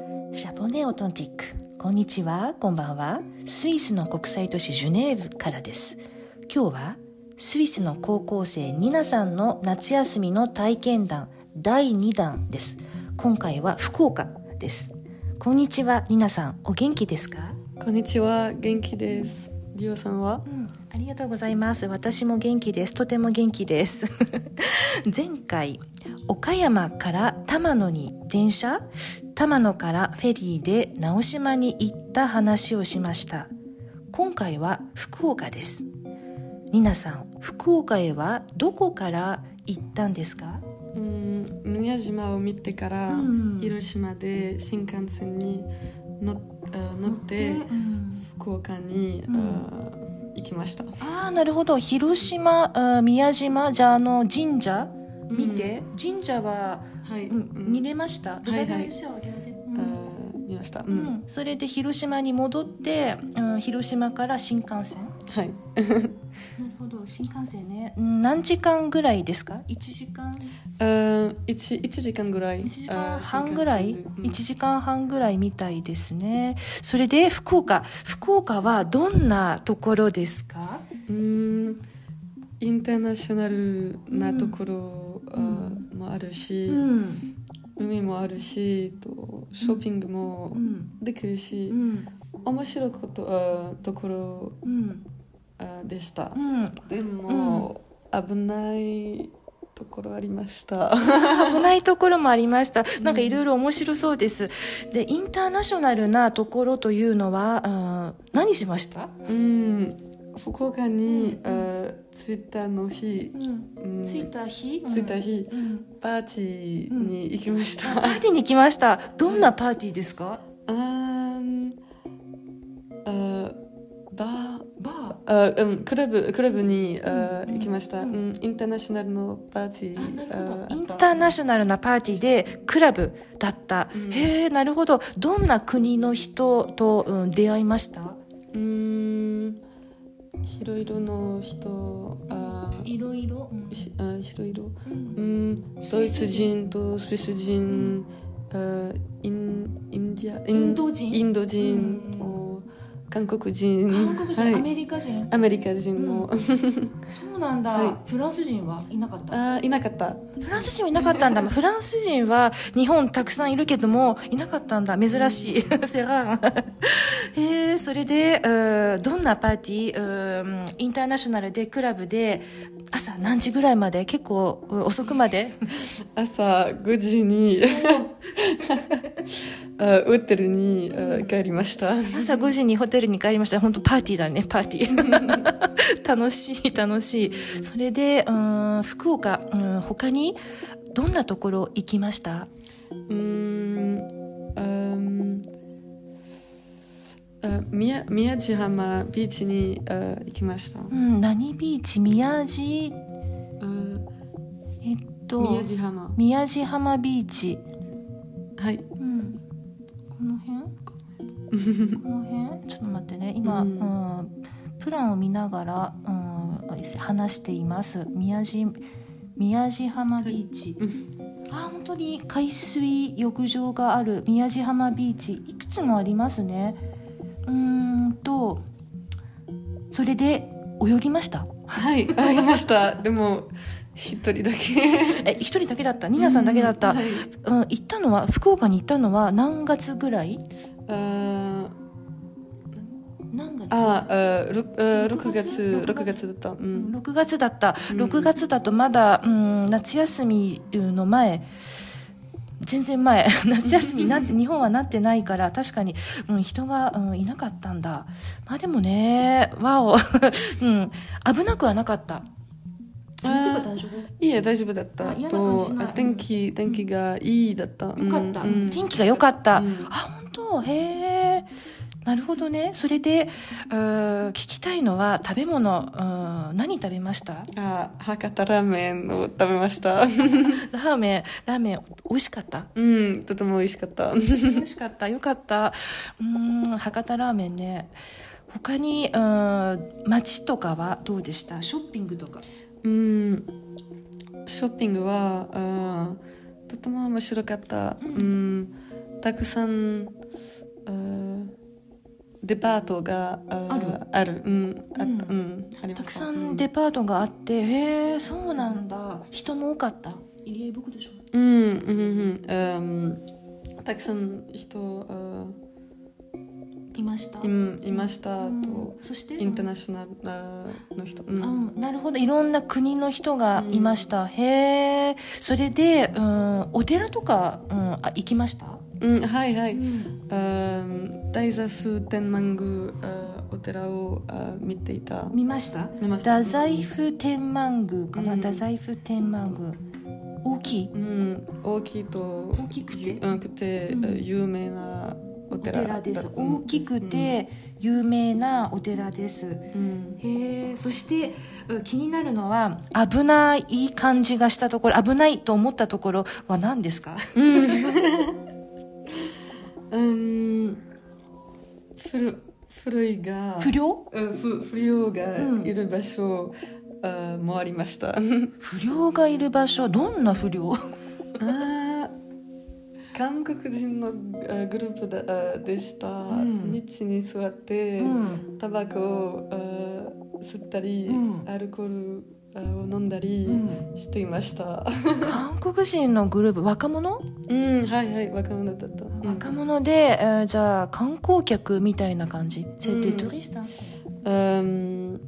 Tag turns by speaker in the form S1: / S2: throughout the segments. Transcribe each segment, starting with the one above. S1: ンオトンティックこんにちはこんばんはスイスの国際都市ジュネーブからです今日はスイスの高校生ニナさんの夏休みの体験談第2弾です今回は福岡ですこんにちはニナさんお元気ですか
S2: こんにちは、元気です。リオさんは
S1: うん、ありがとうございます。私も元気です。とても元気です。 前回、岡山から玉野に電車、玉野からフェリーで直島に行った話をしました。今回は福岡です。ニナさん、福岡へはどこから行ったんですか
S2: うん宮島を見てから、
S1: うん
S2: 広島で新幹線に乗っあ乗って福岡に、
S1: うん
S2: あ行きました
S1: ああ、なるほど。広島、あー宮島、じゃあ、あの、神社
S2: うん
S1: 見て、神社は、
S2: はい、
S1: うん
S2: うん
S1: 見れました。
S2: はいは
S1: 土
S2: い
S1: 砂川の石を上げて
S2: あ見ました、う
S1: うんん、それで広島に戻って、うん、広島から新幹線
S2: はい
S1: なるほど新幹線ね何時間ぐらいですか1時間
S2: あ 1, 一時間ぐらい
S1: 1時間半ぐらい1
S2: 1時
S1: 時間半ぐらいみたいですねそれで福岡福岡はどんなところですか
S2: うんインターナショナルなところ、あもあるし、
S1: ん
S2: 海もあるしとショッピングも、
S1: うん
S2: できるし、
S1: うん
S2: 面白いことあところ
S1: うん
S2: あでした、
S1: うん
S2: でも、危ないところありました
S1: 危ないところもありました。なんかいろいろ面白そうです。で、インターナショナルなところというのは、あー何しました、
S2: うん福岡に、あツイッターの日、うん
S1: 着いた日
S2: 着いた日
S1: うん
S2: パーティーに行きまし
S1: パ
S2: た、
S1: ーティーに来ました。どんなパーティーですか？
S2: あんあバー
S1: バー。
S2: あうん、クラブクラブに、あ行きました、
S1: う
S2: うんんインターナショナルのパーティーあ
S1: インタ
S2: あ
S1: ーナショナルなパーティーでクラブだった。
S2: うん
S1: へえ、なるほど。どんな国の人と、うん、出会いました？
S2: うーんいろいろの人あー
S1: いろいろ。
S2: ひあーいろいろうんドイツ人とスイス人あーインインディアイ
S1: インド人
S2: インド人
S1: うん
S2: お韓国人はい、
S1: リカ人。
S2: アメリカ人も、
S1: そうなんだ
S2: は
S1: フランス人はいなかった。
S2: あーいなかった
S1: フランス人はいなかったんだ。まあフランス人は日本たくさんいるけども、いなかったんだ。珍しい。 セラー。えー、それで、うーどんなパーティーうーんインターナショナルで、クラブで、朝何時ぐらいまで結構うん遅くまで
S2: 朝5時に あーホテルにあー帰りました
S1: 朝5時にホテルに帰りました。本当パーティーだね、パーティー。 楽しい、楽しい。それで、うーん福岡、うん他にどんなところ行きました
S2: うーんあーあ宮宮地浜ビーチにあ行きました。
S1: うん、何ビーチ宮地、
S2: あ
S1: えっと、
S2: 宮地浜。
S1: 宮地浜ビーチ、
S2: はい。
S1: うん、この辺 この辺ちょっと待ってね今、う
S2: うんん
S1: プランを見ながら、うん、話しています宮地宮地浜ビーチ、あ本当に海水浴場がある宮地浜ビーチいくつもありますねうーんとそれで泳ぎました
S2: はい。ありました。でも一人だけ。
S1: え一人だけだったニナさんだけだった、うん
S2: はい
S1: 行ったのは福岡に行ったのは何月ぐらい
S2: あ
S1: 何月
S2: ああ六あ六月
S1: 六月
S2: 六月だった。うん。
S1: 6月だった、6月だとまだ、うん、夏休みの前全然前 夏休みに なんて日本はなってないから確かに、うん、人が、うん、いなかったんだまあでもねわお、 うん、危なくはなかった
S2: それでも大
S1: 丈夫
S2: いいえ大丈夫だった。
S1: あ嫌な感じ
S2: と
S1: ない
S2: 天気天気がいいだった。
S1: よかった、
S2: うんうん
S1: 天気が良かった、
S2: うん
S1: あ本当へえなるほどねそれでうー聞きたいのは食べ物うー何食べました
S2: あ博多ラーメンを食べました。
S1: ラーメンラーメン美味しかった
S2: うん、とても美味しかった。
S1: 美味しかったよかったうーん博多ラーメンね他にうーん街とかはどうでしたショッピングとか
S2: うん、ショッピングは、うん、とても面白かった、うん、たくさん、えーデパートがえー
S1: ある
S2: あるうんあった
S1: う
S2: うんんありました
S1: たくさんデパートがあってへえそうなんだ人も多かった入り江僕でしょ
S2: うんうんうんうんたくさん人え
S1: いました
S2: ーいいましたと
S1: うんそして
S2: インターナショナルあーの人うん
S1: うん、なるほどいろんな国の人がいました、へえそれで、うん、お寺とか、うん、あ行きました、
S2: うんはいはいうん大座風天満宮あーお寺をあー見ていた
S1: 見ました
S2: 見ました
S1: 太宰府天満宮かな、
S2: うん
S1: 太宰府天満宮大きい
S2: うん大きいと
S1: 大きくて
S2: うんくて
S1: うん
S2: えー有名なお
S1: お
S2: 寺
S1: 寺です
S2: だうん
S1: 大きくて有名なお寺です
S2: うん
S1: へえそしてうん気になるのは危ない感じがしたところ危ないと思ったところは何ですか
S2: うん古古いが
S1: 不良
S2: うんふ不良が
S1: うん
S2: いる場所あーもありました。
S1: 不良がいる場所どんな不良
S2: あー韓国人のあグループだあでした、
S1: ん
S2: ニッチに座って、
S1: うん
S2: タバコをあ吸ったり、
S1: うん
S2: アルコールあを飲んだり
S1: う
S2: していました、
S1: 韓国人のグループ若者、
S2: うん、はいはい若者だった、うん
S1: 若者で、えーじゃあ観光客みたいな感じ、セテトリスタン
S2: うん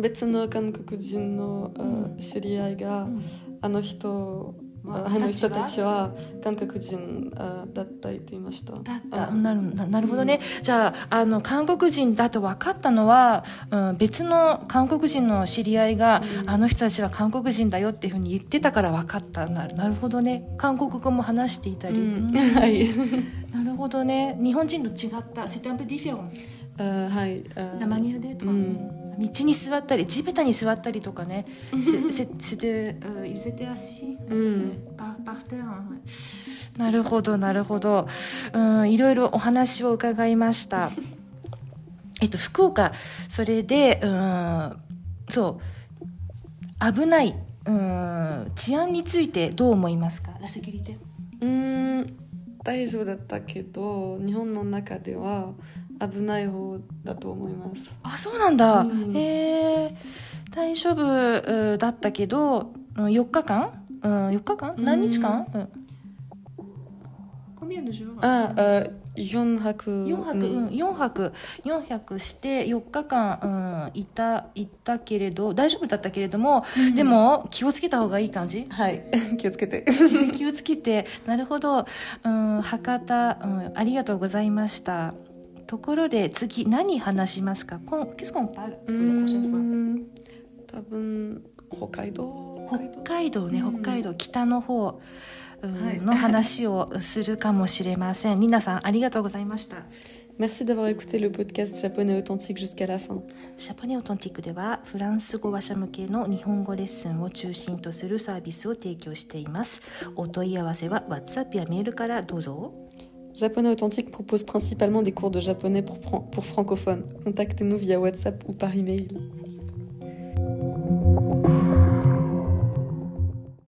S2: 別の韓国人の、あ知り合いが、
S1: ん
S2: あの人あ
S1: あ
S2: あの人たちは韓国人あだった言っていました
S1: だったなるななるほどね、じゃああの韓国人だと分かったのは、うん、別の韓国人の知り合いが、あの人たちは韓国人だよっていうふうに言ってたから分かったななるほどね韓国語も話していたり、
S2: うん、
S1: うん
S2: はい
S1: なるほどね日本人と違ったセタンプディフェン
S2: あはい。
S1: ラマニアでとか、
S2: うん
S1: 道に座ったり地べたに座ったりとかねせせせてうん揺せて足
S2: うん
S1: パパフテンなるほどなるほどうんいろいろお話を伺いました えっと福岡それでうんそう危ないうん治安についてどう思いますかラセキュリティ
S2: うん、大丈夫だったけど、日本の中では危ない方だと思います。
S1: あそうなんだ、
S2: うん
S1: へえ大丈夫うんだったけどうん4日間、うん、4日間
S2: うん
S1: 何日間、うん、コンビニでしょ
S2: あ、あ四泊に。
S1: 4泊、うん、4泊4泊して4日間、うん、いたいたけれど大丈夫だったけれども、でも気をつけた方がいい感じ
S2: はい、 気をつけて。
S1: 気をつけてなるほど、うん、博多、うん、ありがとうございましたところで次何話しますかこん結構いっぱいある
S2: うん、多分北海道。
S1: 北海道ね、
S2: うん
S1: 北海道北の方うん
S2: はい
S1: の話をするかもしれません。ニナさんありがとうございました。
S2: Merci d'avoir écouté le podcast japonais authentique jusqu'à la fin.
S1: シャポネオトンティックではフランス語話者向けの日本語レッスンを中心とするサービスを提供しています。お問い合わせは WhatsApp やメールからどうぞ。
S2: Japonais authentique propose principalement des cours de japonais pour, fran- pour francophones. Contactez-nous via WhatsApp ou par email.